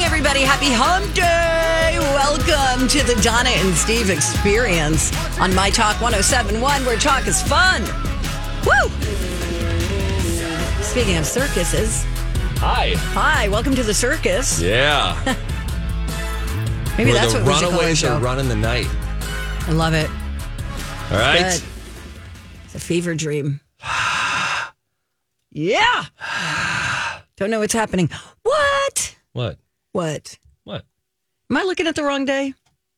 everybody. Happy Hump Day. Welcome to the Donna and Steve experience on My Talk 1071, where talk is fun. Woo! Speaking of circuses, Hi. hi, welcome to the circus. Yeah. Maybe Where that's the what we should call our runaways show. are running the night. I love it. All right. Good. It's a fever dream. Yeah. Don't know what's happening. What? What? What? What? Am I looking at the wrong day? I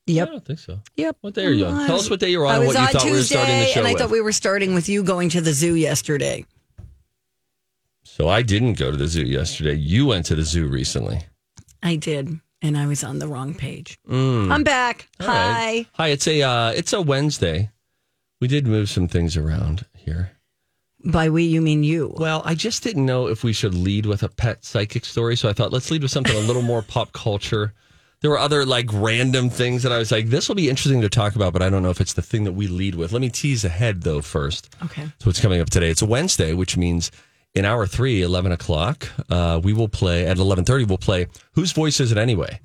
Yep. don't think so. Yep. What day are you on? Tell us what day you're on I and was what you on thought Tuesday, we were starting the show and I with. thought we were starting with you going to the zoo yesterday. so I didn't go to the zoo yesterday. You went to the zoo recently. I did, and I was on the wrong page. I'm back. Mm. All Hi. right. Hi. It's a uh, it's a Wednesday. We did move some things around here. By we, you mean you. Well, I just didn't know if we should lead with a pet psychic story, so I thought let's lead with something a little more pop culture. There were other like random things that I was like, this will be interesting to talk about, but I don't know if it's the thing that we lead with. Let me tease ahead though first. Okay. So what's coming up today? It's a Wednesday, which means in hour three, 11 o'clock, uh, we will play at 1130, we'll play Whose Voice Is It Anyway?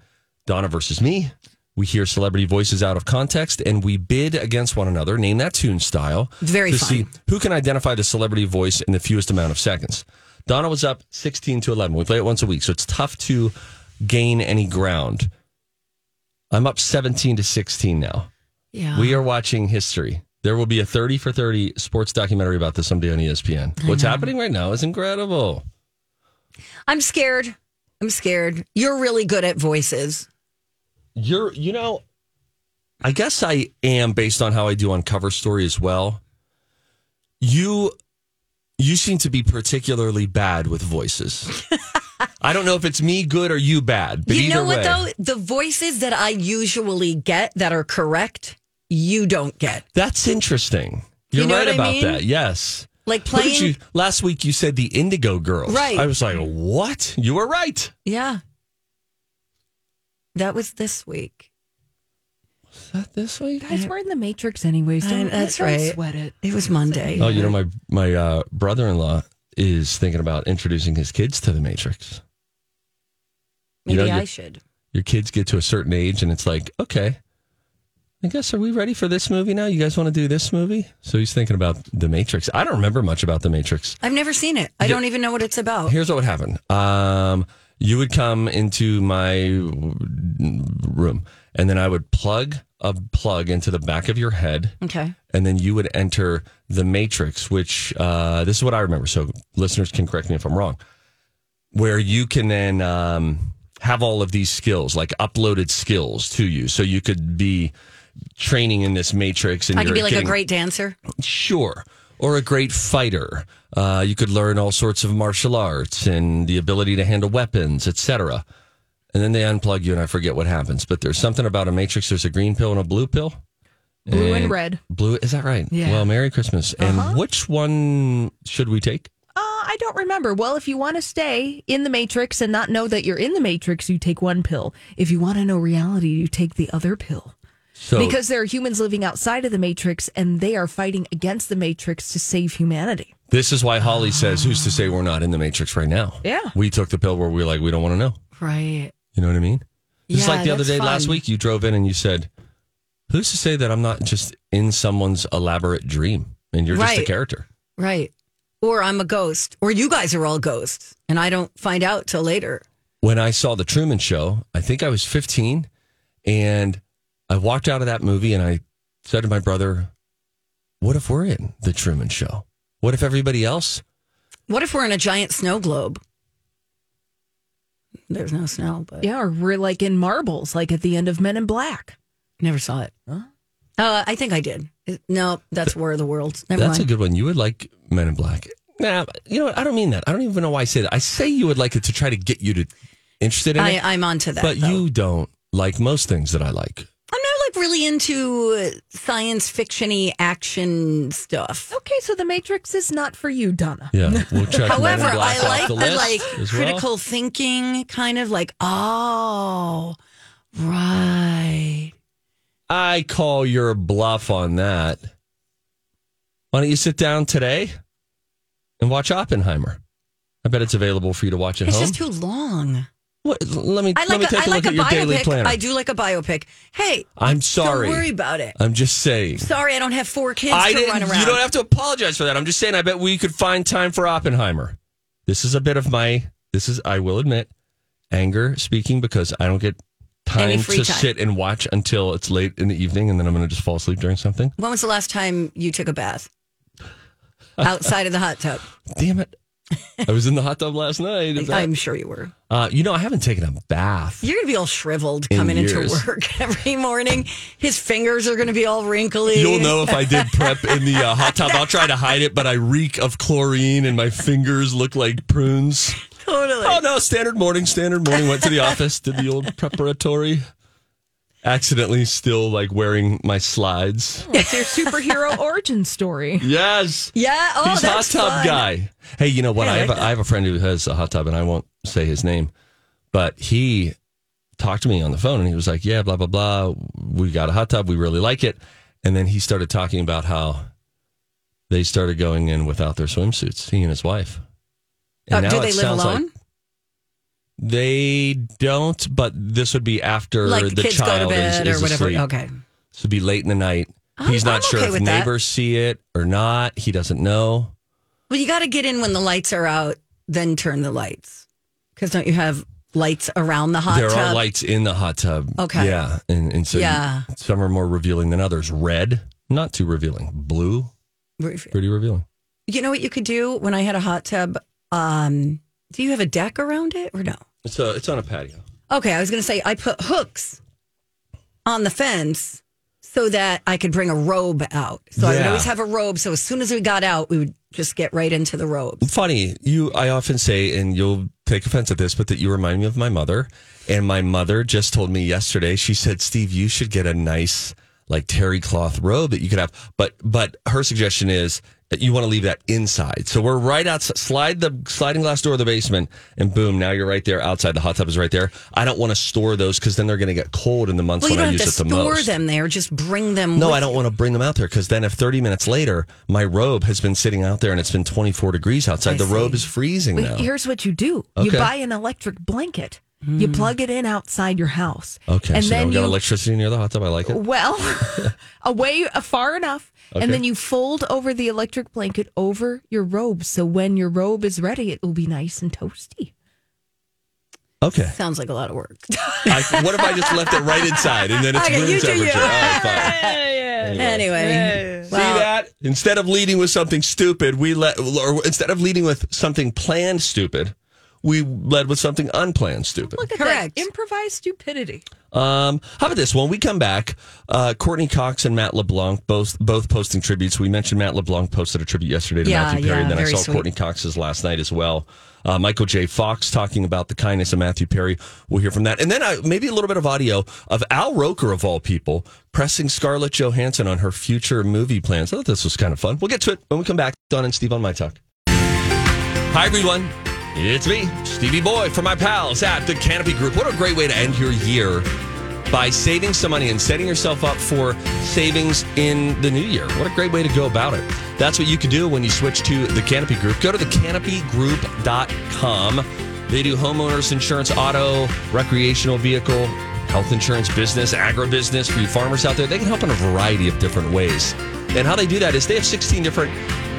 Donna versus me. We hear celebrity voices out of context and we bid against one another. Name that tune style. It's very to fun. see who can identify the celebrity voice in the fewest amount of seconds. Donna was up 16 to 11. We play it once a week, so it's tough to gain any ground. I'm up 17 to 16 now. Yeah. We are watching history. There will be a 30 for 30 sports documentary about this someday on E ESPN. What's happening right now is incredible. I'm scared. I'm scared. You're really good at voices. You're, you know, I guess I am based on how I do on cover story as well. You you seem to be particularly bad with voices. I don't know if it's me good or you bad, but you either know what way. though? The voices that I usually get that are correct, you don't get. That's interesting. You're You know right what I about mean? that. Yes. Like Look at playing you. Last week you said the Indigo Girls. Right. I was like, what? You were right. Yeah. That was this week. Is that this week? Guys, we're in the Matrix anyways. I- Don't, that's don't right. sweat it. It was Monday. Oh, you know, my my uh, brother in law is thinking about introducing his kids to the Matrix. you Maybe know, I you- should. Your kids get to a certain age, and it's like, okay, I guess are we ready for this movie now? You guys want to do this movie? So he's thinking about the Matrix. I don't remember much about the Matrix. I've never seen it. I You- don't even know what it's about. Here's what would happen. Um, you would come into my room, and then I would plug a plug into the back of your head. Okay. and then you would enter the matrix which uh, this is what i remember so listeners can correct me if i'm wrong where you can then um, have all of these skills like uploaded skills to you so you could be training in this matrix and I could you're be like getting- a great dancer. sure or a great fighter uh, you could learn all sorts of martial arts and the ability to handle weapons etc and then they unplug you and i forget what happens but there's something about a matrix there's a green pill and a blue pill Blue and red. Blue, is that right? Yeah. Well, Merry Christmas. Uh-huh. And which one should we take? Uh, I don't remember. Well, if you want to stay in the Matrix and not know that you're in the Matrix, you take one pill. If you want to know reality, you take the other pill. So, Because there are humans living outside of the Matrix and they are fighting against the Matrix to save humanity. this is why Holly says, who's to say we're not in the Matrix right now? Yeah. We took the pill where we are like, we don't want to know. Right. You know what I mean? Just Yeah, like the other that's day last fun. week, you drove in and you said, who's to say that I'm not just in someone's elaborate dream and you're just a Right. character? Right. Or I'm a ghost. Or you guys are all ghosts. And I don't find out till later. when I saw the Truman Show, I think I was 15, and I walked out of that movie and I said to my brother, "What if we're in the Truman Show? What if everybody else? What if we're in a giant snow globe? There's no snow, but Yeah, or we're like in marbles, like at the end of Men in Black. never saw it. Uh, I think I did. It- No, that's War of the Worlds. Never That's a mind. good one. You would like Men in Black." Nah, you know what? I don't mean that. I don't even know why I say that. I say you would like it to try to get you to interested in I, it, I'm onto that. but though. you don't like most things that I like. I'm not like really into uh, science fictiony action stuff. Okay, so the Matrix is not for you, Donna. Yeah, we'll check. Men in However, Black I off like the the, list like as well. critical thinking, kind of like oh, right. I call your bluff on that. Why don't you sit down today and watch Oppenheimer? I bet it's available for you to watch at It's home. just too long. What, let me I let like me a, take I a like look a at your daily biopic. planner. I do like a biopic. Hey, I'm sorry. Don't worry about it. I'm just saying. Sorry, I don't have four kids I to didn't. run around. You don't have to apologize for that. I'm just saying. I bet we could find time for Oppenheimer. This is a bit of my. This is. I will admit, anger speaking because I don't get Any time free to time. sit and watch until it's late in the evening, and then I'm going to just fall asleep during something. when was the last time you took a bath? Outside of the hot tub. Damn it! I was in the hot tub last night. Is that- I'm sure you were. Uh, you know, I haven't taken a bath. You're going to be all shriveled In coming into years. work every morning. His fingers are going to be all wrinkly. You'll know if I did prep in the uh, hot tub. I'll try to hide it, but I reek of chlorine and my fingers look like prunes. Totally. Oh, no. Standard morning, standard morning. Went to the office, did the old preparatory. Accidentally still like wearing my slides. It's your superhero origin story. Yes. Yeah. Oh, He's hot that's tub fun. guy. Hey, you know what? Yeah, I I, have like a, I have a friend who has a hot tub, and I won't say his name, but he talked to me on the phone, and he was like, "Yeah, blah blah blah. We got a hot tub. We really like it." And then he started talking about how they started going in without their swimsuits. He and his wife. Uh, now do it they live sounds like alone? they don't, but this would be after Like, er, the kids go to child is, bed is or whatever. asleep. Okay. So it'd be late in the night. I'm- He's not I'm sure okay if with that. neighbors see it or not. He doesn't know. Well, you got to get in when the lights are out, then turn the lights. Because don't you have lights around the hot there tub? are lights in the hot tub. Okay. Yeah. And, and so you- Yeah. some are more revealing than others. Red, not too revealing. Blue, pretty revealing. You know what you could do when I had a hot tub? Um, do you have a deck around it or no? It's, a, it's on a patio. Okay, I was going to say I put hooks on the fence so that I could bring a robe out. So I would Yeah. always have a robe. So as soon as we got out, we would just get right into the robes. Funny, you. I often say, and you'll take offense at this, but that you remind me of my mother. And my mother just told me yesterday. She said, "Steve, you should get a nice like terry cloth robe that you could have." But but her suggestion is that you want to leave that inside. So we're right outside. Slide the sliding glass door of the basement, and boom, now you're right there outside. The hot tub is right there. I don't want to store those because then they're going to get cold in the months Well, you when I don't have use to it the store most. them there. Just bring them. No, with I don't want to bring them out there because then if 30 minutes later, my robe has been sitting out there and it's been 24 degrees outside, the robe is freezing now. Here's what you do you Okay. Hmm. buy an electric blanket, you plug it in outside your house. Okay, and so now then we got you electricity near the hot tub. I like it. Well, away uh, far enough. Okay. And then you fold over the electric blanket over your robe. So when your robe is ready, it will be nice and toasty. Okay. Sounds like a lot of work. I, what if I just left it right inside and then it's Okay, room you do you. temperature? All right, fine. anyway, See that? Instead of leading with something stupid, we let, or instead of leading with something planned stupid, we led with something unplanned stupid. Look at Correct. that. Improvised stupidity. Um, how about this? When we come back, uh, Courtney Cox and Matt LeBlanc both both posting tributes. We mentioned Matt LeBlanc posted a tribute yesterday to Yeah, Matthew Perry, yeah, and then I very saw sweet. Courtney Cox's last night as well. Uh, Michael J. Fox talking about the kindness of Matthew Perry. We'll hear from that, and then I, maybe a little bit of audio of Al Roker of all people pressing Scarlett Johansson on her future movie plans. I thought this was kind of fun. We'll get to it when we come back. Don and Steve on my talk. Hi, everyone. It's me, Stevie Boy, for my pals at the Canopy Group. What a great way to end your year by saving some money and setting yourself up for savings in the new year. What a great way to go about it. That's what you can do when you switch to the Canopy Group. Go to thecanopygroup.com. They do homeowners insurance, auto, recreational vehicle, health insurance business, agribusiness for you farmers out there. They can help in a variety of different ways. And how they do that is they have 16 different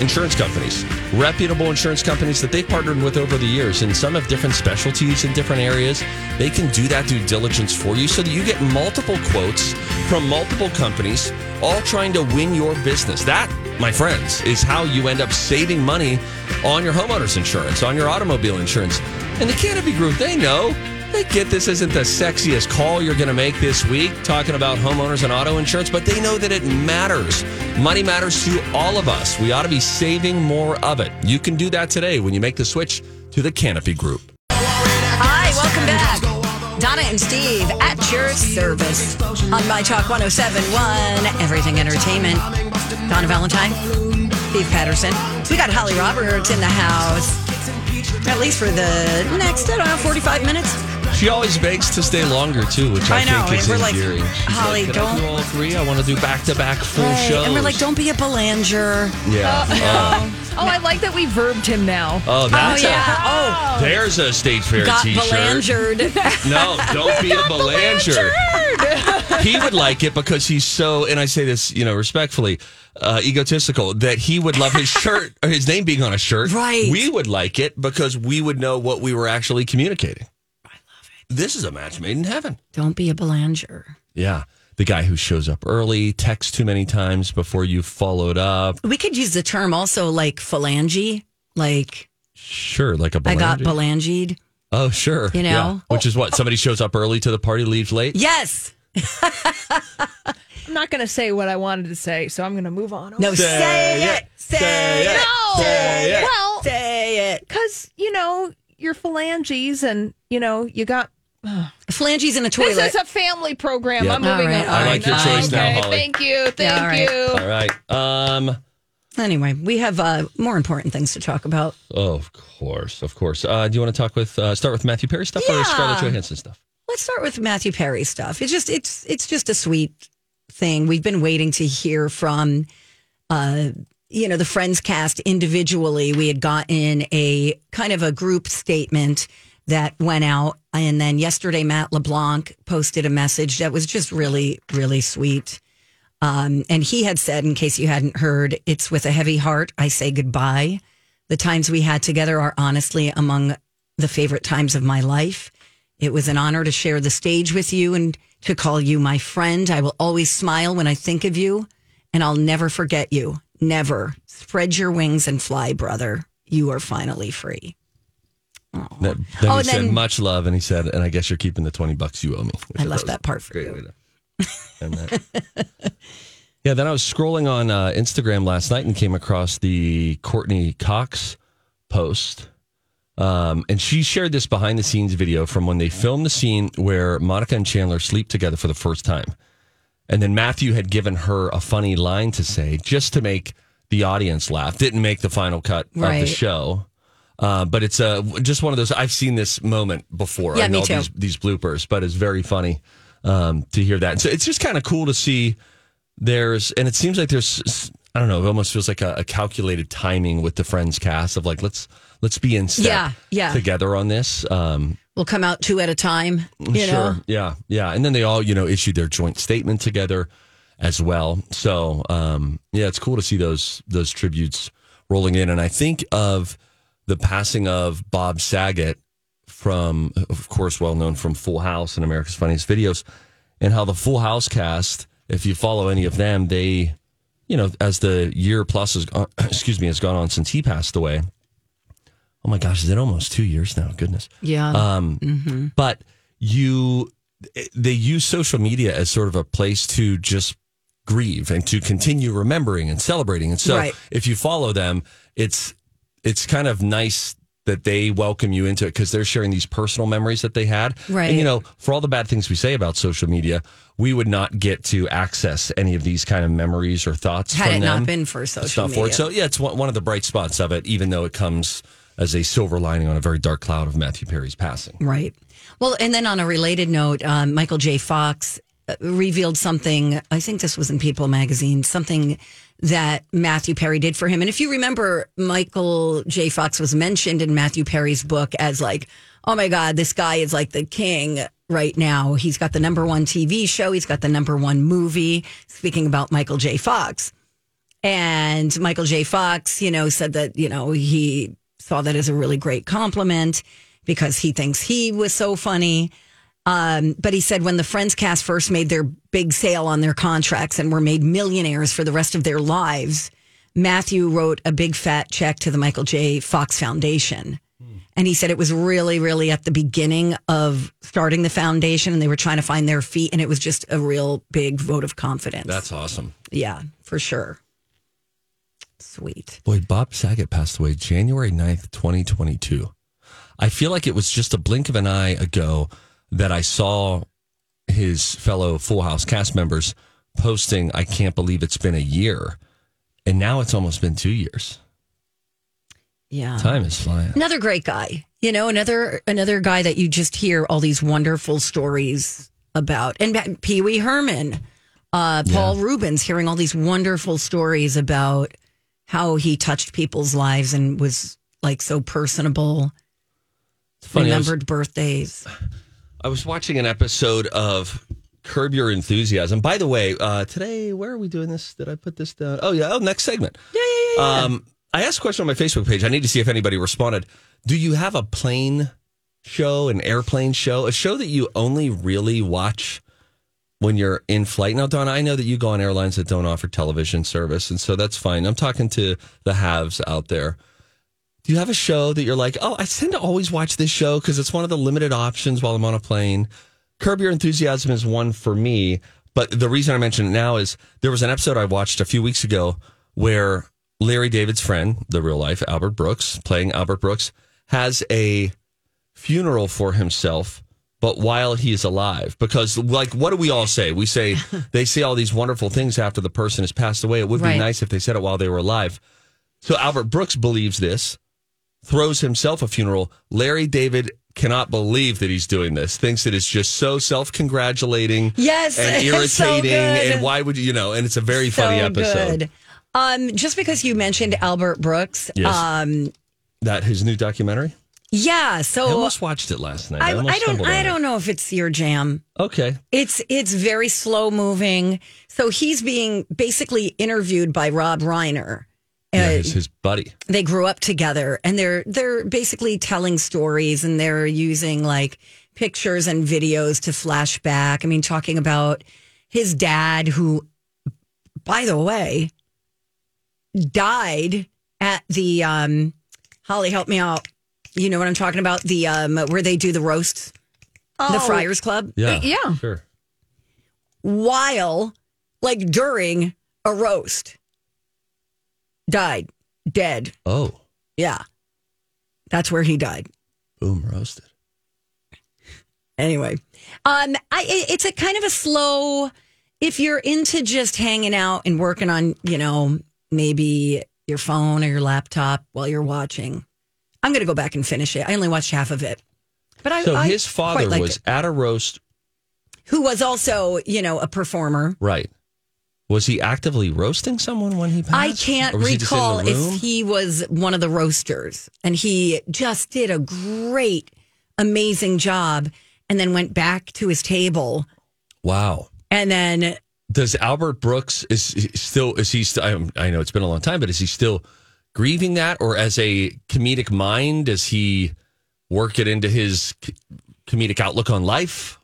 insurance companies, reputable insurance companies that they've partnered with over the years. And some have different specialties in different areas. They can do that due diligence for you so that you get multiple quotes from multiple companies, all trying to win your business. That, my friends, is how you end up saving money on your homeowner's insurance, on your automobile insurance. And the Canopy Group, they know. They get this isn't the sexiest call you're going to make this week talking about homeowners and auto insurance, but they know that it matters. Money matters to all of us. We ought to be saving more of it. You can do that today when you make the switch to the Canopy Group. Hi, welcome back. Donna and Steve at your service on My Talk 1071, Everything Entertainment. Donna Valentine, Steve Patterson. We got Holly Roberts in the house, at least for the next, I don't know, 45 minutes. She always begs to stay longer too, which I, I know, think is and we're like, endearing. She's Holly, like, Can I don't- do all three. I want to do back to back full shows. And we're like, don't be a belanger. Yeah. Oh, Oh, I like that we verbed him now. oh, that's oh, yeah. a. There's a state fair Oh, got T-shirt. belangered. No, don't be a belanger. he would like it because he's so, and I say this, you know, respectfully, uh, egotistical, that he would love his shirt, or his name being on a shirt. Right. We would like it because we would know what we were actually communicating. I love it. This is a match made in heaven. don't be a belanger. Yeah. The guy who shows up early, texts too many times before you followed up. We could use the term also like phalange. Like Sure, like a I got belanger. belanged. Oh, sure. You know? Yeah. Which is what? Somebody shows up early to the party, leaves late? Yes. I'm not going to say what I wanted to say, so I'm going to move on. No. Say, it. Say, it. No. Say it. Well, Say it. because, you know, your phalanges and, you know, you got. Phalanges in a toilet. This is a family program. Yeah. I'm moving All right, on. I like your choice now, okay, Holly. Thank you. Thank all right. you. All right. Um, anyway, we have uh, more important things to talk about. oh, of course, of course. Uh, do you want to talk with uh, start with Matthew Perry stuff or Yeah. Scarlett Johansson stuff? Let's start with Matthew Perry stuff. It's just it's it's just a sweet thing. We've been waiting to hear from uh you know the friends cast individually. We had gotten a kind of a group statement that went out and then yesterday Matt LeBlanc posted a message that was just really really sweet. Um, and he had said, in case you hadn't heard, it's with a heavy heart I say goodbye. The times we had together are honestly among the favorite times of my life. It was an honor to share the stage with you and to call you my friend. I will always smile when I think of you, and I'll never forget you. Never. Spread your wings and fly, brother. You are finally free. Then, then Oh, he said then- much love, and he said, "And I guess you're keeping the twenty bucks you owe me." which I left thought that part for was a you. great way to end that. yeah, then I was scrolling on uh, Instagram last night and came across the Courtney Cox post. Um, and she shared this behind the scenes video from when they filmed the scene where Monica and Chandler sleep together for the first time. And then Matthew had given her a funny line to say just to make the audience laugh. Didn't make the final cut of the Right. show. Uh, but it's uh, just one of those. I've seen this moment before. Yeah, I know me too. These, these bloopers, but it's very funny um, to hear that. So it's just kind of cool to see. There's and it seems like there's I don't know. It almost feels like a, a calculated timing with the Friends cast of like let's let's be in step Yeah, yeah. together on this. Um, We'll come out two at a time. You sure. know? Yeah. Yeah. And then they all, you know, issued their joint statement together as well. So, um, yeah, it's cool to see those those tributes rolling in. And I think of the passing of Bob Saget from, of course, well known from Full House and America's Funniest Videos, and how the Full House cast, if you follow any of them, they, you know, as the year plus has gone, excuse me, has gone on since he passed away. Oh my gosh, is it almost two years now? Goodness Yeah. Um, Mm-hmm. but you they use social media as sort of a place to just grieve and to continue remembering and celebrating and so Right. if you follow them it's it's kind of nice that they welcome you into it because they're sharing these personal memories that they had Right. and you know for all the bad things we say about social media we would not get to access any of these kind of memories or thoughts Had from it them not been for social stuff for media. it. So yeah, it's one, one of the bright spots of it, even though it comes as a silver lining on a very dark cloud of Matthew Perry's passing. Right. Well, and then on a related note, um, Michael J. Fox uh, revealed something. I think this was in People magazine, something that Matthew Perry did for him. And if you remember, Michael J. Fox was mentioned in Matthew Perry's book as like, oh my God, this guy is like the king right now. He's got the number one TV show, he's got the number one movie, speaking about Michael J. Fox. And Michael J. Fox, you know, said that, you know, he saw that as a really great compliment because he thinks he was so funny. Um, but he said when the Friends cast first made their big sale on their contracts and were made millionaires for the rest of their lives, Matthew wrote a big fat check to the Michael J. Fox Foundation. And he said it was really, really at the beginning of starting the foundation and they were trying to find their feet. And it was just a real big vote of confidence. That's awesome. Yeah, for sure. Sweet. Boy, Bob Saget passed away January 9th, 2022. I feel like it was just a blink of an eye ago that I saw his fellow Full House cast members posting, I can't believe it's been a year. And now it's almost been two years. Yeah. Time is flying. Another great guy. You know, another another guy that you just hear all these wonderful stories about. And Pee Wee Herman, uh, Paul Rubens, hearing all these wonderful stories about how he touched people's lives and was like so personable. It's funny. I was- remembered birthdays. I was watching an episode of Curb Your Enthusiasm. By the way, uh, today, where are we doing this? Did I put this down? Oh, yeah. Oh, next segment. Yeah, yeah, yeah. Um, I asked a question on my Facebook page. I need to see if anybody responded. Do you have a plane show, an airplane show, a show that you only really watch when you're in flight? Now, Donna, I know that you go on airlines that don't offer television service, and so that's fine. I'm talking to the haves out there. Do you have a show that you're like, oh, I tend to always watch this show because it's one of the limited options while I'm on a plane? Curb Your Enthusiasm is one for me. But the reason I mention it now is there was an episode I watched a few weeks ago where Larry David's friend, the real life Albert Brooks, playing Albert Brooks, has a funeral for himself, but while he is alive. Because, like, what do we all say? We say they say all these wonderful things after the person has passed away. It would Right. be nice if they said it while they were alive. So Albert Brooks believes this, throws himself a funeral. Larry David cannot believe that he's doing this, thinks that it's just so self congratulating Yes, and irritating. it's so good. and why would you, you know, and it's a very funny episode. Good. Um, just because you mentioned Albert Brooks, Yes. um, That his new documentary? yeah. I So almost watched it last night. Oh, I, almost I don't, stumbled I on it. don't know if it's your jam. Okay. It's it's very slow moving. So he's being basically interviewed by Rob Reiner. Uh, Yeah, his, his buddy. they grew up together and they're they're basically telling stories and they're using like pictures and videos to flash back. I mean, talking about his dad who by the way died at the um Holly help me out. You know what I'm talking about? The um where they do the roasts, the Friars Club Yeah. Uh, oh. yeah. Sure. while like during a roast died dead Oh, yeah that's where he died boom, roasted. anyway um i it- it's a kind of a slow if you're into just hanging out and working on you know maybe your phone or your laptop while you're watching i'm gonna go back and finish it i only watched half of it but i So I his father quite liked was it. at a roast, who was also you know a performer right? Was he actively roasting someone when he passed? I can't Or was he just in the recall room? if he was one of the roasters and he just did a great, amazing job and then went back to his table. Wow. And then Does Albert Brooks is he still is he still? I'm- I know it's been a long time, but is he still grieving that, or as a comedic mind, does he work it into his c- comedic outlook on life?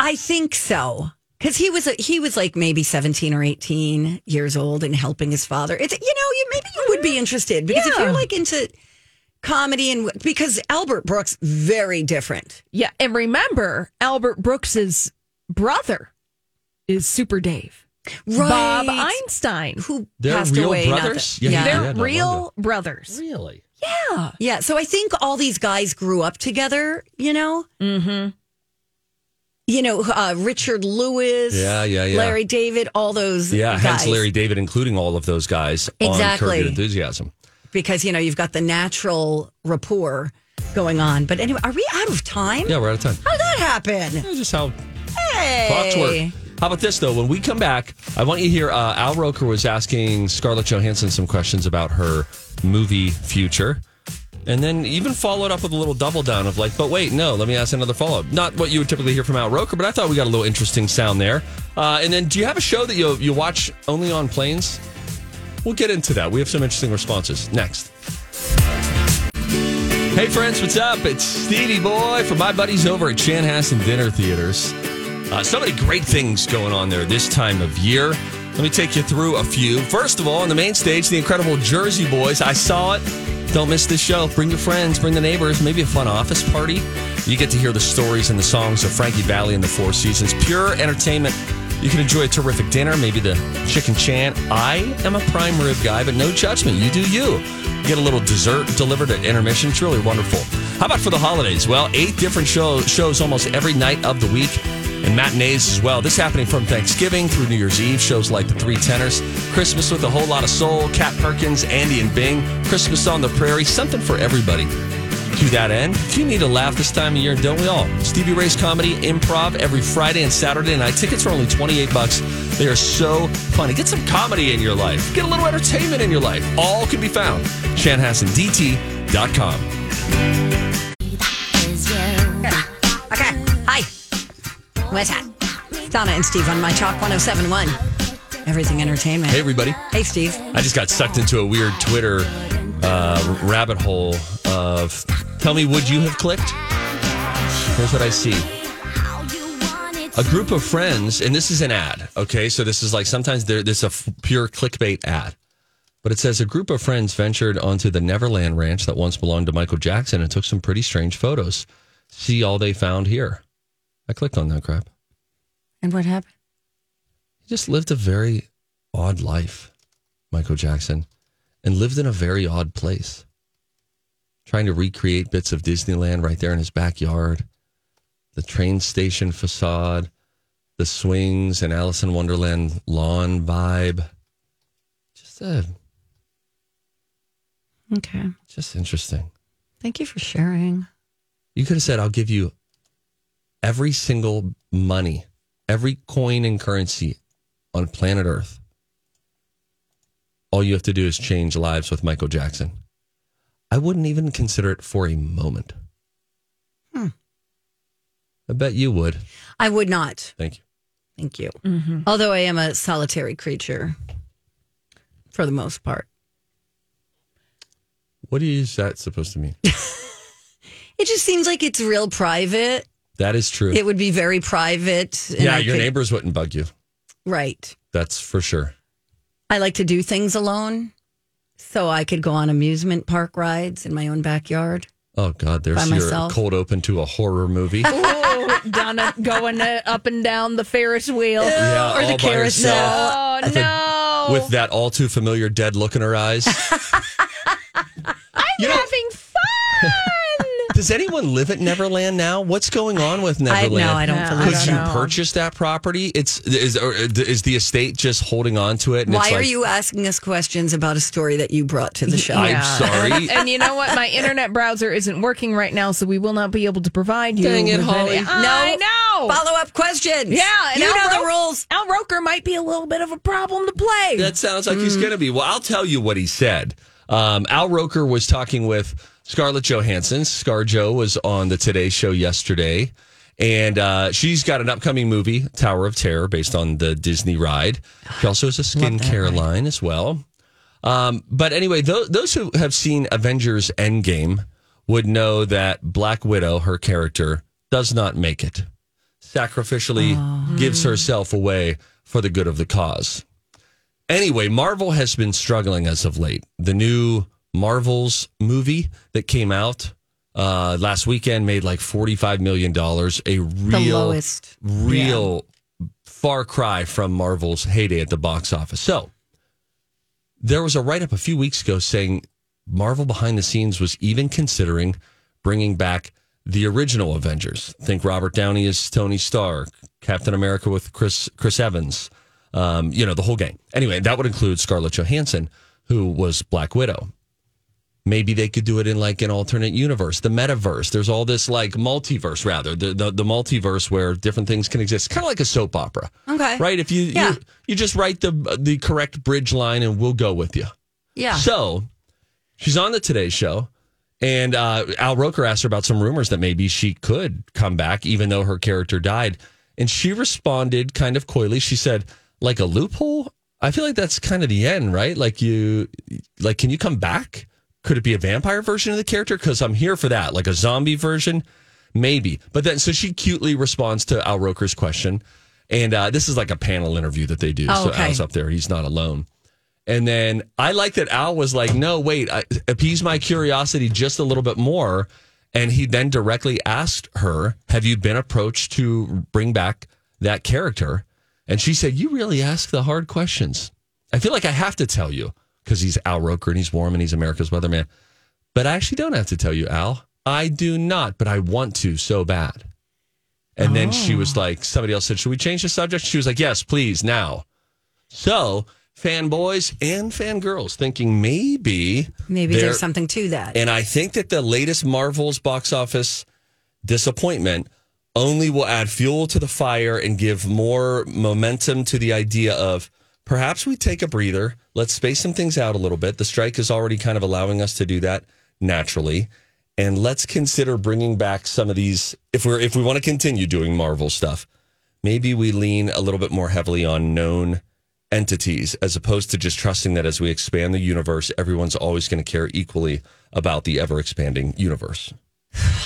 I think so. Cause he was, a, he was like maybe 17 or 18 years old and helping his father. It's, you know, you, maybe you would be interested because if you're like into comedy and because Albert Brooks, very different. Yeah. And remember, Albert Brooks's brother is Super Dave. Bob Einstein. who They're passed real away. not brothers? that- Yeah, he yeah. did. They're not long real ago. brothers. Really? Yeah. Yeah, so I think all these guys grew up together, you know? Mm-hmm. You know, uh, Richard Lewis, Yeah, yeah, yeah. Larry David, all those Yeah, guys. hence Larry David, including all of those guys on Curb Exactly. Your Enthusiasm. Because, you know, you've got the natural rapport going on. But anyway, are we out of time? Yeah, we're out of time. How'd that happen? That's just how Hey. clocks work. How about this though? When we come back, I want you to hear uh, Al Roker was asking Scarlett Johansson some questions about her movie future. And then even followed up with a little double down of like, but wait, no, let me ask another follow up. Not what you would typically hear from Al Roker, but I thought we got a little interesting sound there. Uh, and then, do you have a show that you you watch only on planes? We'll get into that. We have some interesting responses next. Hey friends, what's up? It's Stevie Boy from my buddies over at Chanhassen Dinner Theaters. Uh, so many great things going on there this time of year. Let me take you through a few. First of all, on the main stage, the incredible Jersey Boys. I saw it. Don't miss this show. Bring your friends, bring the neighbors, maybe a fun office party. You get to hear the stories and the songs of Frankie Valley and the Four Seasons. Pure entertainment. You can enjoy a terrific dinner, maybe the chicken chan. I am a prime rib guy, but no judgment. You do you get a little dessert delivered at intermission. It's really wonderful. How about for the holidays? Well, eight different show, shows almost every night of the week. and matinees as well. This happening from Thanksgiving through New Year's Eve. Shows like The Three Tenors, Christmas with a Whole Lot of Soul, Cat Perkins, Andy and Bing, Christmas on the Prairie, something for everybody. To that end, if you need a laugh this time of year, don't we all? Stevie Ray's Comedy Improv every Friday and Saturday night. Tickets are only 28 bucks. They are so funny. Get some comedy in your life. Get a little entertainment in your life. All can be found. ShanhassenDT.com. Okay. Hi. What's that? Donna and Steve on My Talk 1071. Everything Entertainment. Hey, everybody. Hey, Steve. I just got sucked into a weird Twitter uh, rabbit hole of tell me, would you have clicked? Here's what I see. a group of friends, and this is an ad. Okay, so this is like sometimes there this is a f- pure clickbait ad, but it says a group of friends ventured onto the Neverland Ranch that once belonged to Michael Jackson and took some pretty strange photos. See all they found here. I clicked on that crap. And what happened? He just lived a very odd life, Michael Jackson, and lived in a very odd place. Trying to recreate bits of Disneyland right there in his backyard, the train station facade, the swings and Alice in Wonderland lawn vibe. Just uh, Okay. just interesting. Thank you for sharing. You could have said, I'll give you every single money, every coin and currency on planet Earth. All you have to do is change lives with Michael Jackson. I wouldn't even consider it for a moment. Hmm. I bet you would. I would not. Thank you. Thank you. Mm-hmm. Although I am a solitary creature for the most part. What is that supposed to mean? It just seems like it's real private. that is true. It would be very private. and yeah, I your could- neighbors wouldn't bug you. Right. That's for sure. I like to do things alone. So I could go on amusement park rides in my own backyard. Oh God, there's By your myself? cold open to a horror movie. Oh, Donna going uh, up and down the Ferris wheel. yeah, or the all by carousel. herself Oh With a- no! with that all too familiar dead look in her eyes. I'm know- having fun. Does anyone live at Neverland now? What's going on with Neverland? no, I don't No, believe Because so. you don't know. purchased that property, it's is or is the estate just holding on to it? And Why it's like, are you asking us questions about a story that you brought to the show? I'm Yeah. sorry. and you know what? My internet browser isn't working right now, so we will not be able to provide you. Dang it, with Holly. any- I know. Follow up questions. Yeah, and you Al know the Roke- rules. Al Roker might be a little bit of a problem to play. That sounds like he's going to be. Well, I'll tell you what he said. Um, Al Roker was talking with Scarlett Johansson. Scar Jo was on the Today Show yesterday, and uh, she's got an upcoming movie, Tower of Terror, based on the Disney ride. She also has a skincare line as well. Um, but anyway, those, those who have seen Avengers Endgame would know that Black Widow, her character, does not make it. Sacrificially gives herself away for the good of the cause. Anyway, Marvel has been struggling as of late. The new Marvel's movie that came out uh, last weekend made like $45 million, a The real lowest. real far cry from Marvel's heyday at the box office. So there was a write up a few weeks ago saying Marvel behind the scenes was even considering bringing back the original Avengers. Think Robert Downey as Tony Stark, Captain America with Chris Chris Evans, um, you know the whole gang. Anyway, that would include Scarlett Johansson, who was Black Widow. Maybe they could do it in like an alternate universe, the metaverse. There's all this like multiverse, rather the the, the multiverse where different things can exist, kind of like a soap opera, Okay. right? If you Yeah. you, you just write the the correct bridge line and we'll go with you. Yeah. So she's on the Today Show, and uh, Al Roker asked her about some rumors that maybe she could come back, even though her character died. And she responded kind of coyly. She said, like a loophole? I feel like that's kind of the end, right? Like you, like, can you come back? Could it be a vampire version of the character? Because I'm here for that, like a zombie version, maybe. But then, so she cutely responds to Al Roker's question, and uh, this is like a panel interview that they do. Oh, so okay. Al's up there; he's not alone. And then I like that Al was like, no, wait, I, appease my curiosity just a little bit more. And he then directly asked her, have you been approached to bring back that character? And she said, you really ask the hard questions. I feel like I have to tell you because he's Al Roker and he's warm and he's America's weatherman. But I actually don't have to tell you, Al. I do not, but I want to so bad. And then she was like, somebody else said, Should we change the subject? She was like, Yes, please, now. So fanboys and fangirls thinking maybe Maybe there- there's something to that. and I think that the latest Marvel's box office disappointment only will add fuel to the fire and give more momentum to the idea of perhaps we take a breather. Let's space some things out a little bit. The strike is already kind of allowing us to do that naturally. And let's consider bringing back some of these if we're if we want to continue doing Marvel stuff. Maybe we lean a little bit more heavily on known entities as opposed to just trusting that as we expand the universe, everyone's always going to care equally about the ever expanding universe.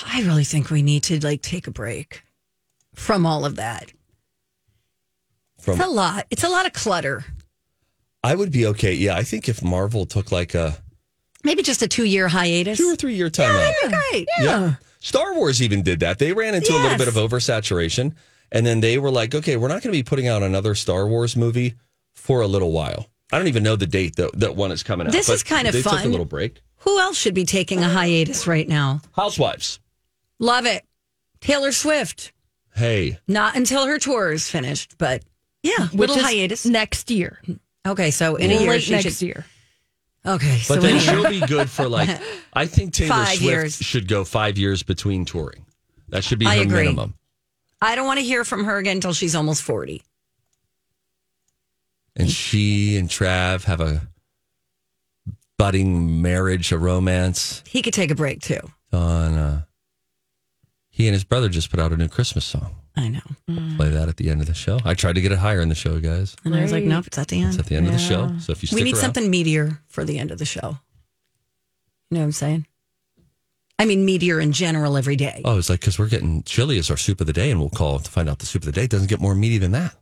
I really think we need to like take a break from all of that. From It's a lot. It's a lot of clutter. I would be okay. Yeah, I think if Marvel took like a Maybe just a two year hiatus. two or three year timeout. Great. Yeah. Star Wars even did that. They ran into a little Yes. bit of oversaturation and then they were like, okay, we're not going to be putting out another Star Wars movie for a little while. I don't even know the date that, that one is coming out. This but is kind of they took a fun. little break. Who else should be taking a hiatus right now? Housewives. Love it. Taylor Swift. Hey, Not until her tour is finished, but yeah, little is hiatus. next year, Okay, so in a year Mm-hmm. late she next should. year. Okay, so But in then a year. she'll be good for like I think Taylor Five Swift years. should go five years between touring. That should be I her agree. minimum. I don't want to hear from her again until she's almost forty. And she and Trav have a budding marriage, a romance. He could take a break too. On uh, he and his brother just put out a new Christmas song. I know. Play that at the end of the show. I tried to get it higher in the show, guys. And I was like, nope, it's at the end. It's at the end of the show. So if you stick we need around, something meteor for the end of the show. You know what I'm saying? I mean, meteor in general every day. oh, it's like because we're getting chili is our soup of the day, and we'll call to find out the soup of the day doesn't get more meaty than that.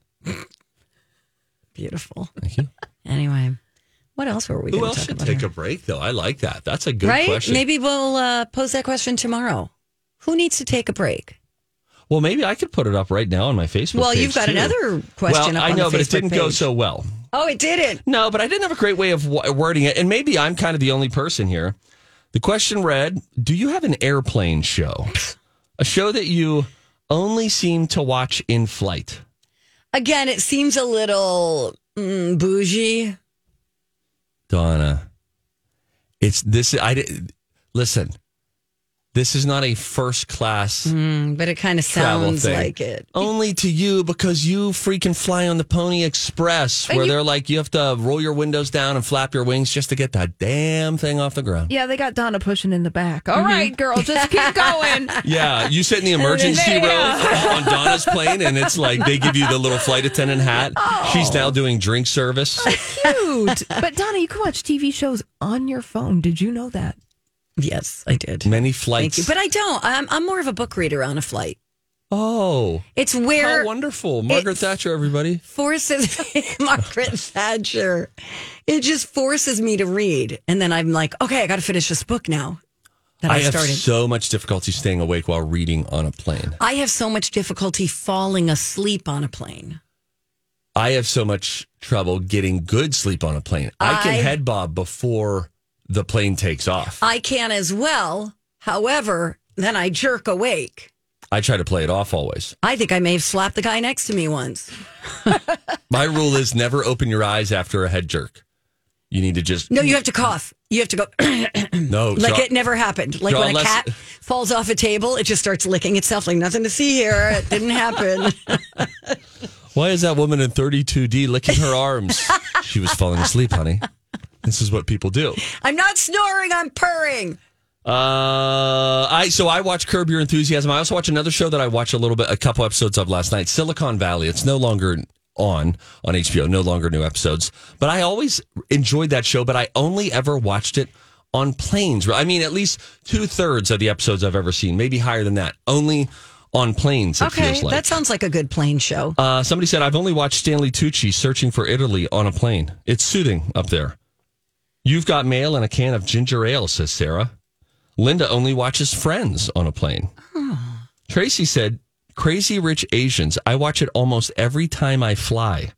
Beautiful. Thank you. Anyway, what else were we Who going to else talk should about? take here? a break though? I like that. That's a good right? question. Maybe we'll uh, pose that question tomorrow. Who needs to take a break? Well, maybe I could put it up right now on my Facebook. Well, page, you've got too. another question Well, up I on know, the but it Facebook didn't go page. so well. Oh, it didn't. No, but I didn't have a great way of w- wording it, and maybe I'm kind of the only person here. The question read: Do you have an airplane show? a show that you only seem to watch in flight. Again, it seems a little mm, bougie. Donna, it's this. I did listen. This is not a first class. Mm, but it kind of Travel sounds thing. like it. Only to you because you freaking fly on the Pony Express, where they're like you have to roll your windows down and flap your wings just to get that damn thing off the ground. Yeah, they got Donna pushing in the back. All right, Mm-hmm. girl, just keep going. Yeah, you sit in the emergency row on Donna's plane, and it's like they give you the little flight attendant hat. Oh. She's now doing drink service. Cute. But Donna, you can watch TV shows on your phone. Did you know that? Yes, I did. Many Thank you. flights. But I don't. I'm, I'm more of a book reader on a flight. Oh, It's where how wonderful, Margaret it's- Thatcher, everybody. forces Margaret Thatcher. It just forces me to read, and then I'm like, okay, I got to finish this book now that I, I have started. so much difficulty staying awake while reading on a plane. I have so much difficulty falling asleep on a plane. I have so much trouble getting good sleep on a plane. I can I- head bob before the plane takes off. I can as well. However, then I jerk awake. I try to play it off always. I think I may have slapped the guy next to me once. My rule is never open your eyes after a head jerk. You need to just No, you have to cough. You have to go no like so- it never happened. Like so when a unless- cat falls off a table, it just starts licking itself like nothing to see here. It didn't happen. Why is that woman in 32D licking her arms? she was falling asleep, honey. This is what people do. I'm not snoring, I'm purring. Uh, I so I watch Curb Your Enthusiasm. I also watch another show that I watched a little bit, a couple episodes of last night, Silicon Valley. It's no longer on on HBO, no longer new episodes. But I always enjoyed that show, but I only ever watched it on planes. I mean, at least two thirds of the episodes I've ever seen, maybe higher than that, only on planes. It Okay, feels like. that sounds like a good plane show. Uh, somebody said, I've only watched Stanley Tucci searching for Italy on a plane. It's soothing up there. You've got mail and a can of ginger ale, says Sarah. Linda only watches Friends on a plane. Tracy said, Crazy Rich Asians. I watch it almost every time I fly,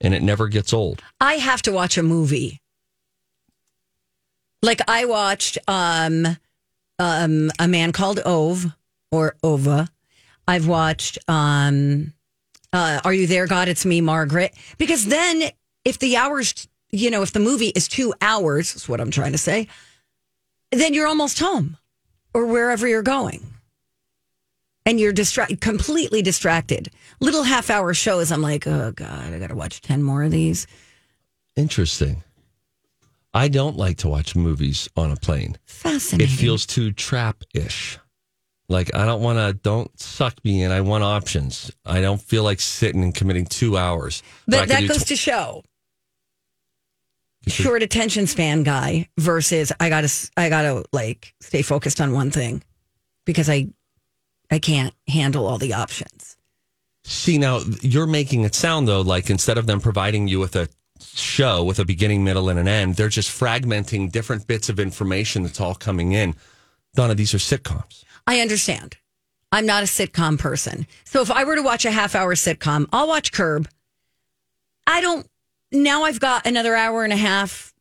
and it never gets old. I have to watch a movie. Like I watched um um a man called Ove or Ova. I've watched um uh Are You There God It's Me Margaret because then if the hours you know if the movie is 2 hours is what I'm trying to say then you're almost home or wherever you're going and you're distracted completely distracted little half hour shows I'm like oh god I got to watch 10 more of these Interesting. I don't like to watch movies on a plane. It fascinating feels too trap ish. Like I don't want to. Don't suck me in. I want options. I don't feel like sitting and committing two hours. I But could that do goes tw- to show short attention span guy versus I gotta s- I gotta like stay focused on one thing because I I can't handle all the options. see now. You're making it sound though like instead of them providing you with a show with a beginning, middle, and an end, they're just fragmenting different bits of information that's all coming in. Donna, these are sitcoms. I understand. I'm not a sitcom person. So if I were to watch a half hour sitcom, I'll watch Curb. I don't, now I've got another hour and a half,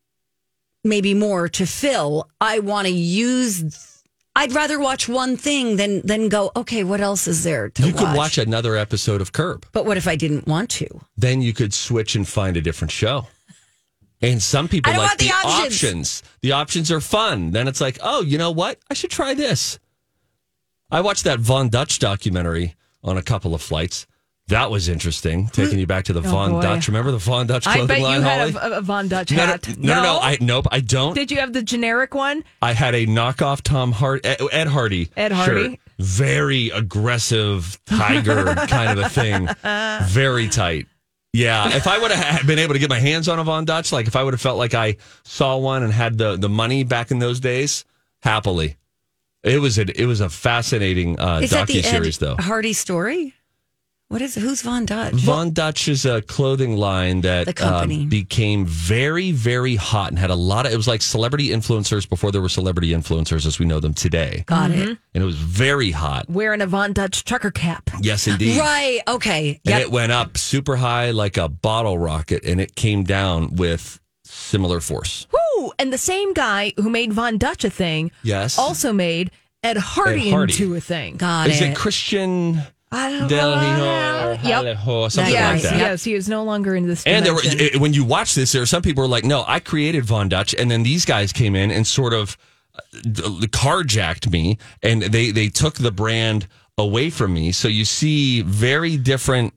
maybe more to fill. I want to use, I'd rather watch one thing than, than go, okay, what else is there to You could watch another episode of Curb. But what if I didn't want to? then you could switch and find a different show. And some people I don't like want the options. The options are fun. Then it's like, oh, you know what? I should try this. I watched that Von Dutch documentary on a couple of flights. That was interesting, taking you back to the Von Hmm. Oh, boy. Dutch. Remember the Von Dutch I clothing bet you line, had Holly? a, a Von Dutch no, hat. no, no, no, no, I nope, I don't. Did you have the generic one? I had a knockoff Tom Hart, Ed Ed Hardy. Ed Hardy. shirt. Very aggressive tiger kind of a thing. Very tight. Yeah. If I would have been able to get my hands on a Von Dutch, like if I would have felt like I saw one and had the, the money back in those days, happily. It was a, it was a fascinating uh, Is that the docu series, Ed though. Hardy story? What is, who's Von Dutch? Von Dutch is a clothing line The that company. um, became very, very hot and had a lot of. It was like celebrity influencers before there were celebrity influencers as we know them today. Got it. and it was very hot. Wearing a Von Dutch trucker cap. Yes, indeed. Right. Okay. And Yep. it went up super high like a bottle rocket, and it came down with similar force. Woo! And the same guy who made Von Dutch a thing Yes. also made Ed Hardy, Ed Hardy. into a thing. Got Is it. it Christian I don't Del know. Hino Uh, Yep. or something Yes, like that? yes, he is no longer in this. And there were, dimension. it- when you watch this, there are some people who are like, "No, I created Von Dutch," and then these guys came in and sort of uh, d- carjacked me, and they they took the brand away from me. So you see very different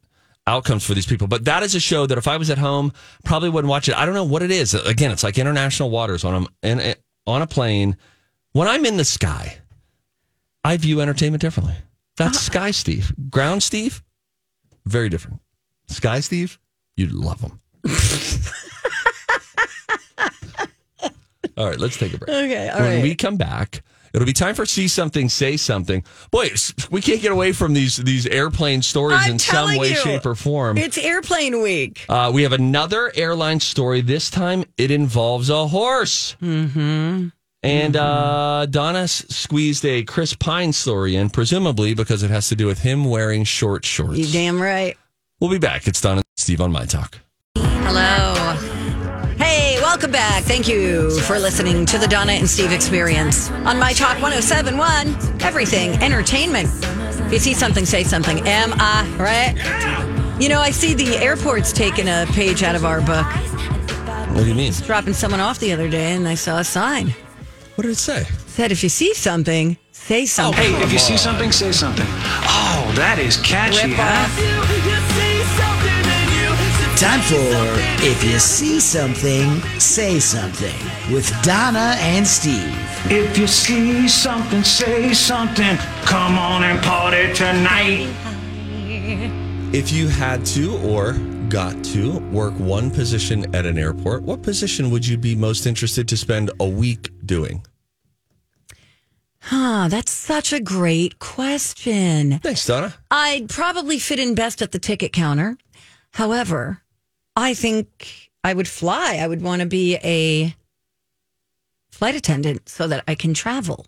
outcomes for these people. But that is a show that if I was at home, probably wouldn't watch it. I don't know what it is. Again, it's like international waters on a in- on a plane. When I'm in the sky, I view entertainment differently. That's Ah. sky Steve. Ground Steve, very different. Sky Steve, you'd love him. all right, let's take a break. Okay, all when right. we come back, it'll be time for see something, say something. Boy, s- we can't get away from these these airplane stories I'm in some telling way, you. shape, or form. It's airplane week. Uh, we have another airline story. This time it involves a horse. Mm-hmm. And uh, Mm-hmm. Donna s- squeezed a Chris Pine story in, presumably because it has to do with him wearing short shorts. You damn right. We'll be back. It's Donna and Steve on My Talk. Hello. Hey, welcome back. Thank you for listening to the Donna and Steve Experience on My Talk 1071, everything entertainment. If you see something, say something. Am I right? You know, I see the airport's taking a page out of our book. What do you mean? Dropping someone off the other day, and I saw a sign. What did it say? Said, if you see something, say something. Hey, if you see something, say something. Oh, that is catchy. Rip off. Time for If You See Something, Say Something with Donna and Steve. If you see something, say something. Come on and party tonight. If you had to or got to work one position at an airport, what position would you be most interested to spend a week doing? Huh, that's such a great question. Thanks, Donna. I'd probably fit in best at the ticket counter. However, I think I would fly. I would want to be a flight attendant so that I can travel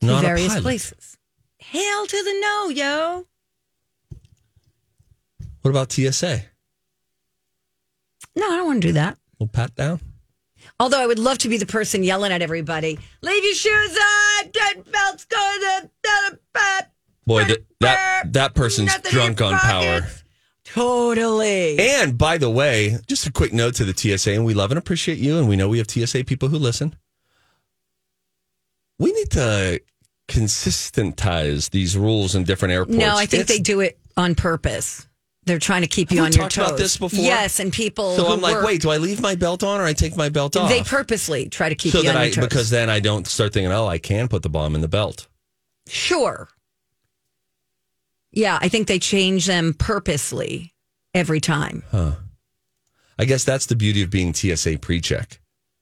to Not a various pilot. places. Hail to the no, yo. What about TSA? No, I don't want to do that. Little pat down? Although I would love to be the person yelling at everybody, leave your shoes on, tight belts, go to the, the, the, Boy, that that, that person's drunk on power. Totally. And by the way, just a quick note to the TSA, and we love and appreciate you, and we know we have TSA people who listen. We need to consistentize these rules in different airports. No, I think It's- they do it on purpose. They're trying to keep you We on your talked toes. about this before? Yes, and people. So who I'm like, work, wait, do I leave my belt on or I take my belt off? They purposely try to keep so you that on I your toes. because then I don't start thinking, oh, I can put the bomb in the belt. sure. Yeah, I think they change them purposely every time. I guess that's the beauty of being TSA pre-check.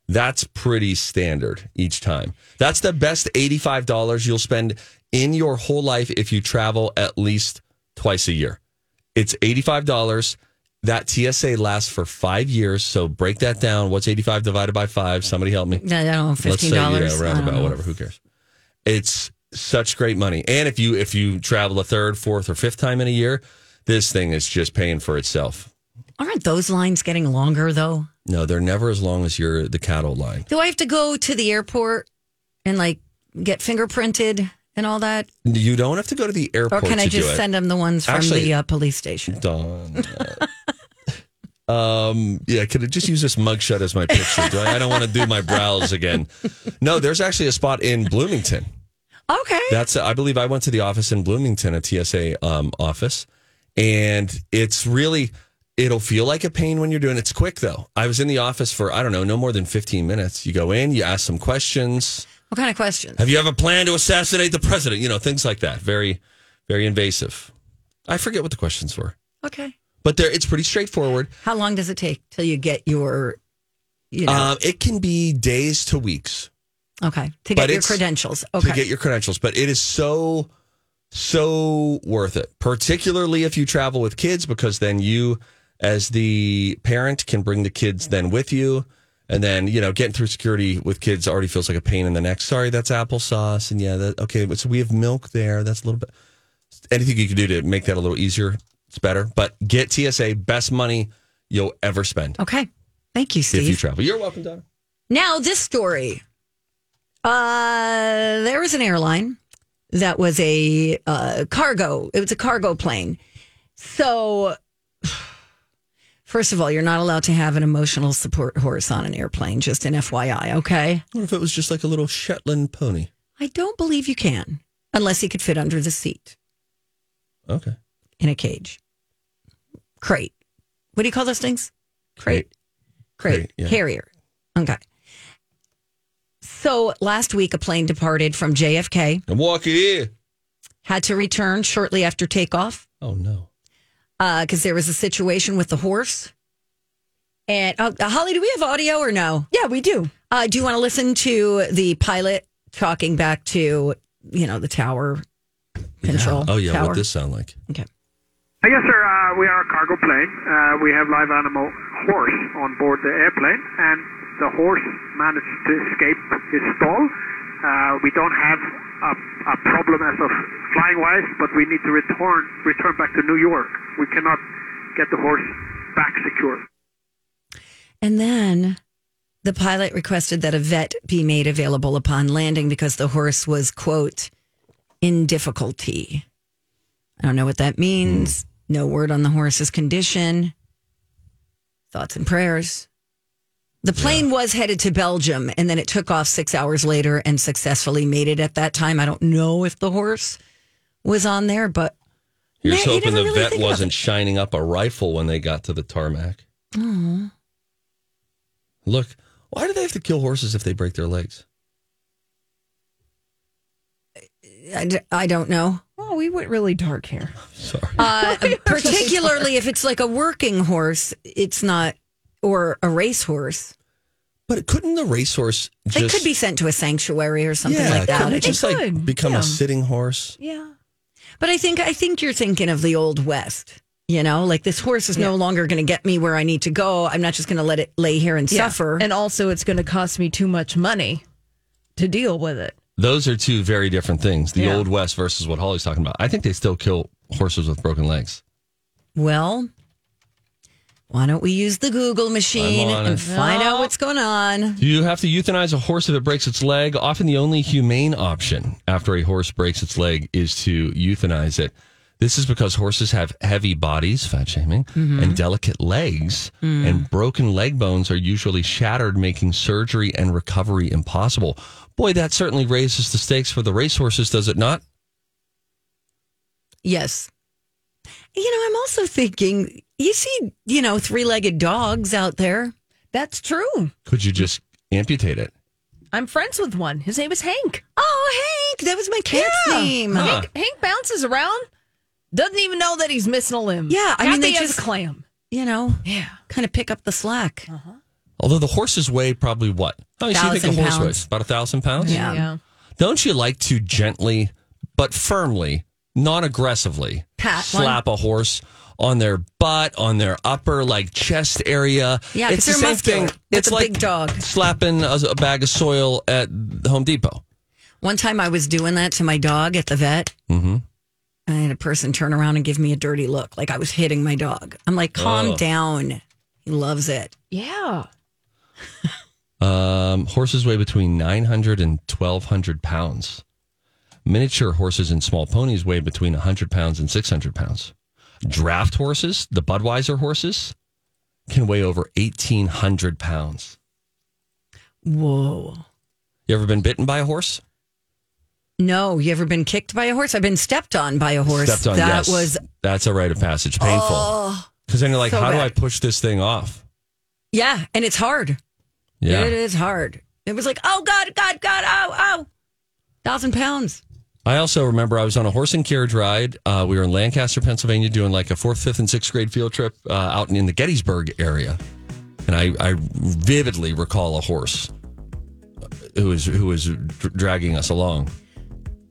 That's pretty standard each time. That's the best eighty-five dollars you'll spend in your whole life if you travel at least twice a year. It's eighty-five dollars. That TSA lasts for five years. So break that down. What's eighty-five divided by five? Somebody help me. I don't know, Let's fifteen say yeah, dollars. roundabout, whatever. Who cares? It's such great money. And if you if you travel a third, fourth, or fifth time in a year, this thing is just paying for itself. Aren't those lines getting longer though? No, they're never as long as your the cattle line. Do I have to go to the airport and like get fingerprinted and all that, You don't have to go to the or airport can I to just do send them the ones from Actually- the uh, police station? it. Done. um, yeah, could I just use this mugshot as my picture? Do I, I don't want to do my brows again. No, there's actually a spot in Bloomington. Okay. That's I believe I went to the office in Bloomington, a TSA um, office, and it's really it'll feel like a pain when you're doing. it. It's quick though. I was in the office for I don't know, no more than 15 minutes. You go in, you ask some questions. What kind of questions? Have you ever planned to assassinate the president? You know, things like that. Very, very invasive. I forget what the questions were, Okay. but there it's pretty straightforward. How long does it take till you get your, you know, Um, it can be days to weeks okay, but to get your it's- credentials? Okay. to get your credentials, but it is so, so worth it, particularly if you travel with kids, because then you, as the parent, can bring the kids then with you. And then, you know, getting through security with kids already feels like a pain in the neck. Sorry, that's applesauce. And yeah, that, okay, so we have milk there. That's a little bit. anything you can do to make that a little easier, it's better. But get TSA, best money you'll ever spend okay. Thank you, Steve. if you travel. You're welcome, Donna. Now, this story. Uh, there was an airline that was a uh, cargo. It was a cargo plane. So, first of all, you're not allowed to have an emotional support horse on an airplane. Just an FYI, okay? What if it was just like a little Shetland pony? I don't believe you can unless he could fit under the seat Okay. in a cage. Crate. What do you call those things? Crate. Crate. Crate, yeah. Carrier. Okay. So last week, a plane departed from JFK, And walk it in. had to return shortly after takeoff Oh no. because there was a situation with the horse. And uh, Holly, do we have audio or no? Yeah, we do. Uh, do you want to listen to the pilot talking back to, you know, the tower control? Oh yeah, tower? what this sound like? Okay. Uh, Yes, sir. Uh, we are a cargo plane. Uh, we have live animal horse on board the airplane, and the horse managed to escape his stall. Uh, we don't have a, a problem as of flying wise, but we need to return return back to New York. We cannot get the horse back secure. And then the pilot requested that a vet be made available upon landing because the horse was, quote, in difficulty. I don't know what that means. No word on the horse's condition. Thoughts and prayers. The plane was headed to Belgium and then it took off six hours later and successfully made it at that time. I don't know if the horse was on there, but You're Yeah, just you hoping never the really vet think about wasn't it. shining up a rifle when they got to the tarmac. Look, why do they have to kill horses if they break their legs? I, d- I don't know. Well, we went really dark here. Sorry. Uh, particularly if it's like a working horse, it's not, or a racehorse. but couldn't the racehorse They just could be sent to a sanctuary or something yeah, like that. couldn't it just They like could, become yeah. a sitting horse? Yeah. but I think I think you're thinking of the old west. You know, like this horse is no longer going to get me where I need to go. I'm not just going to let it lay here and suffer. And also, it's going to cost me too much money to deal with it. Those are two very different things. The Yeah. old west versus what Holly's talking about. I think they still kill horses with broken legs. well, Why don't we use the Google machine I'm on and it. find out what's going on? You have to euthanize a horse if it breaks its leg. Often the only humane option after a horse breaks its leg is to euthanize it. This is because horses have heavy bodies, fat shaming, and delicate legs, and broken leg bones are usually shattered, making surgery and recovery impossible. Boy, that certainly raises the stakes for the racehorses, does it not? Yes. You know, I'm also thinking you see, you know, three legged dogs out there. That's true. Could you just amputate it? I'm friends with one. His name is Hank. Oh, Hank, that was my kid's name. Huh. Hank, Hank bounces around, doesn't even know that he's missing a limb. Yeah, I I mean, mean, they they just just- clam. You know, Yeah. kind of pick up the slack. Although the horses weigh probably what? How much do you think a Thousand horse pounds. weighs? About a thousand pounds? Yeah. Don't you like to gently but firmly, non aggressively, Pat one. slap a horse on their butt, on their upper like chest area? Yeah, 'cause it's the they're same muscular. thing. That's it's a like big dog. slapping a, a bag of soil at Home Depot. One time I was doing that to my dog at the vet. Mm-hmm. I had a person turn around and give me a dirty look, like I was hitting my dog. I'm like, calm Oh. down. He loves it. Yeah. Um, horses weigh between 900 and 1,200 pounds. Miniature horses and small ponies weigh between 100 pounds and 600 pounds. Draft horses, the Budweiser horses, can weigh over 1,800 pounds. Whoa. You ever been bitten by a horse? No, you ever been kicked by a horse? I've been stepped on by a horse. Stepped on. that yes. was Oh, that's a rite of passage. Painful. Because then you're like, so how do bad. I push this thing off? yeah, and it's hard. Yeah. It is hard. It was like, oh God, God, God, ow, ow. Thousand pounds. I also remember I was on a horse and carriage ride. Uh, we were in Lancaster, Pennsylvania, doing like a fourth, fifth, and sixth grade field trip uh, out in, in the Gettysburg area, and I, I vividly recall a horse who was who was dr- dragging us along,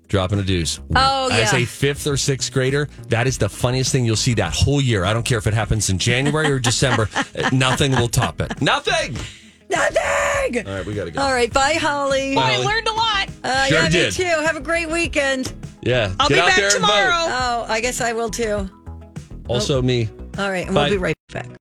dropping a deuce. Oh, As yeah. a fifth or sixth grader, that is the funniest thing you'll see that whole year. I don't care if it happens in January or December. Uh, Nothing will top it. Nothing. Nothing. All right, we Oh, gotta go. All right, bye, Holly. Bye, Holly. a lot. Uh, Sure yeah, me did. too. Have a great weekend. Yeah, I'll get be out back Uh, there and vote. tomorrow. Oh, I guess I will too. Also, me. All right, and Bye. we'll be right back.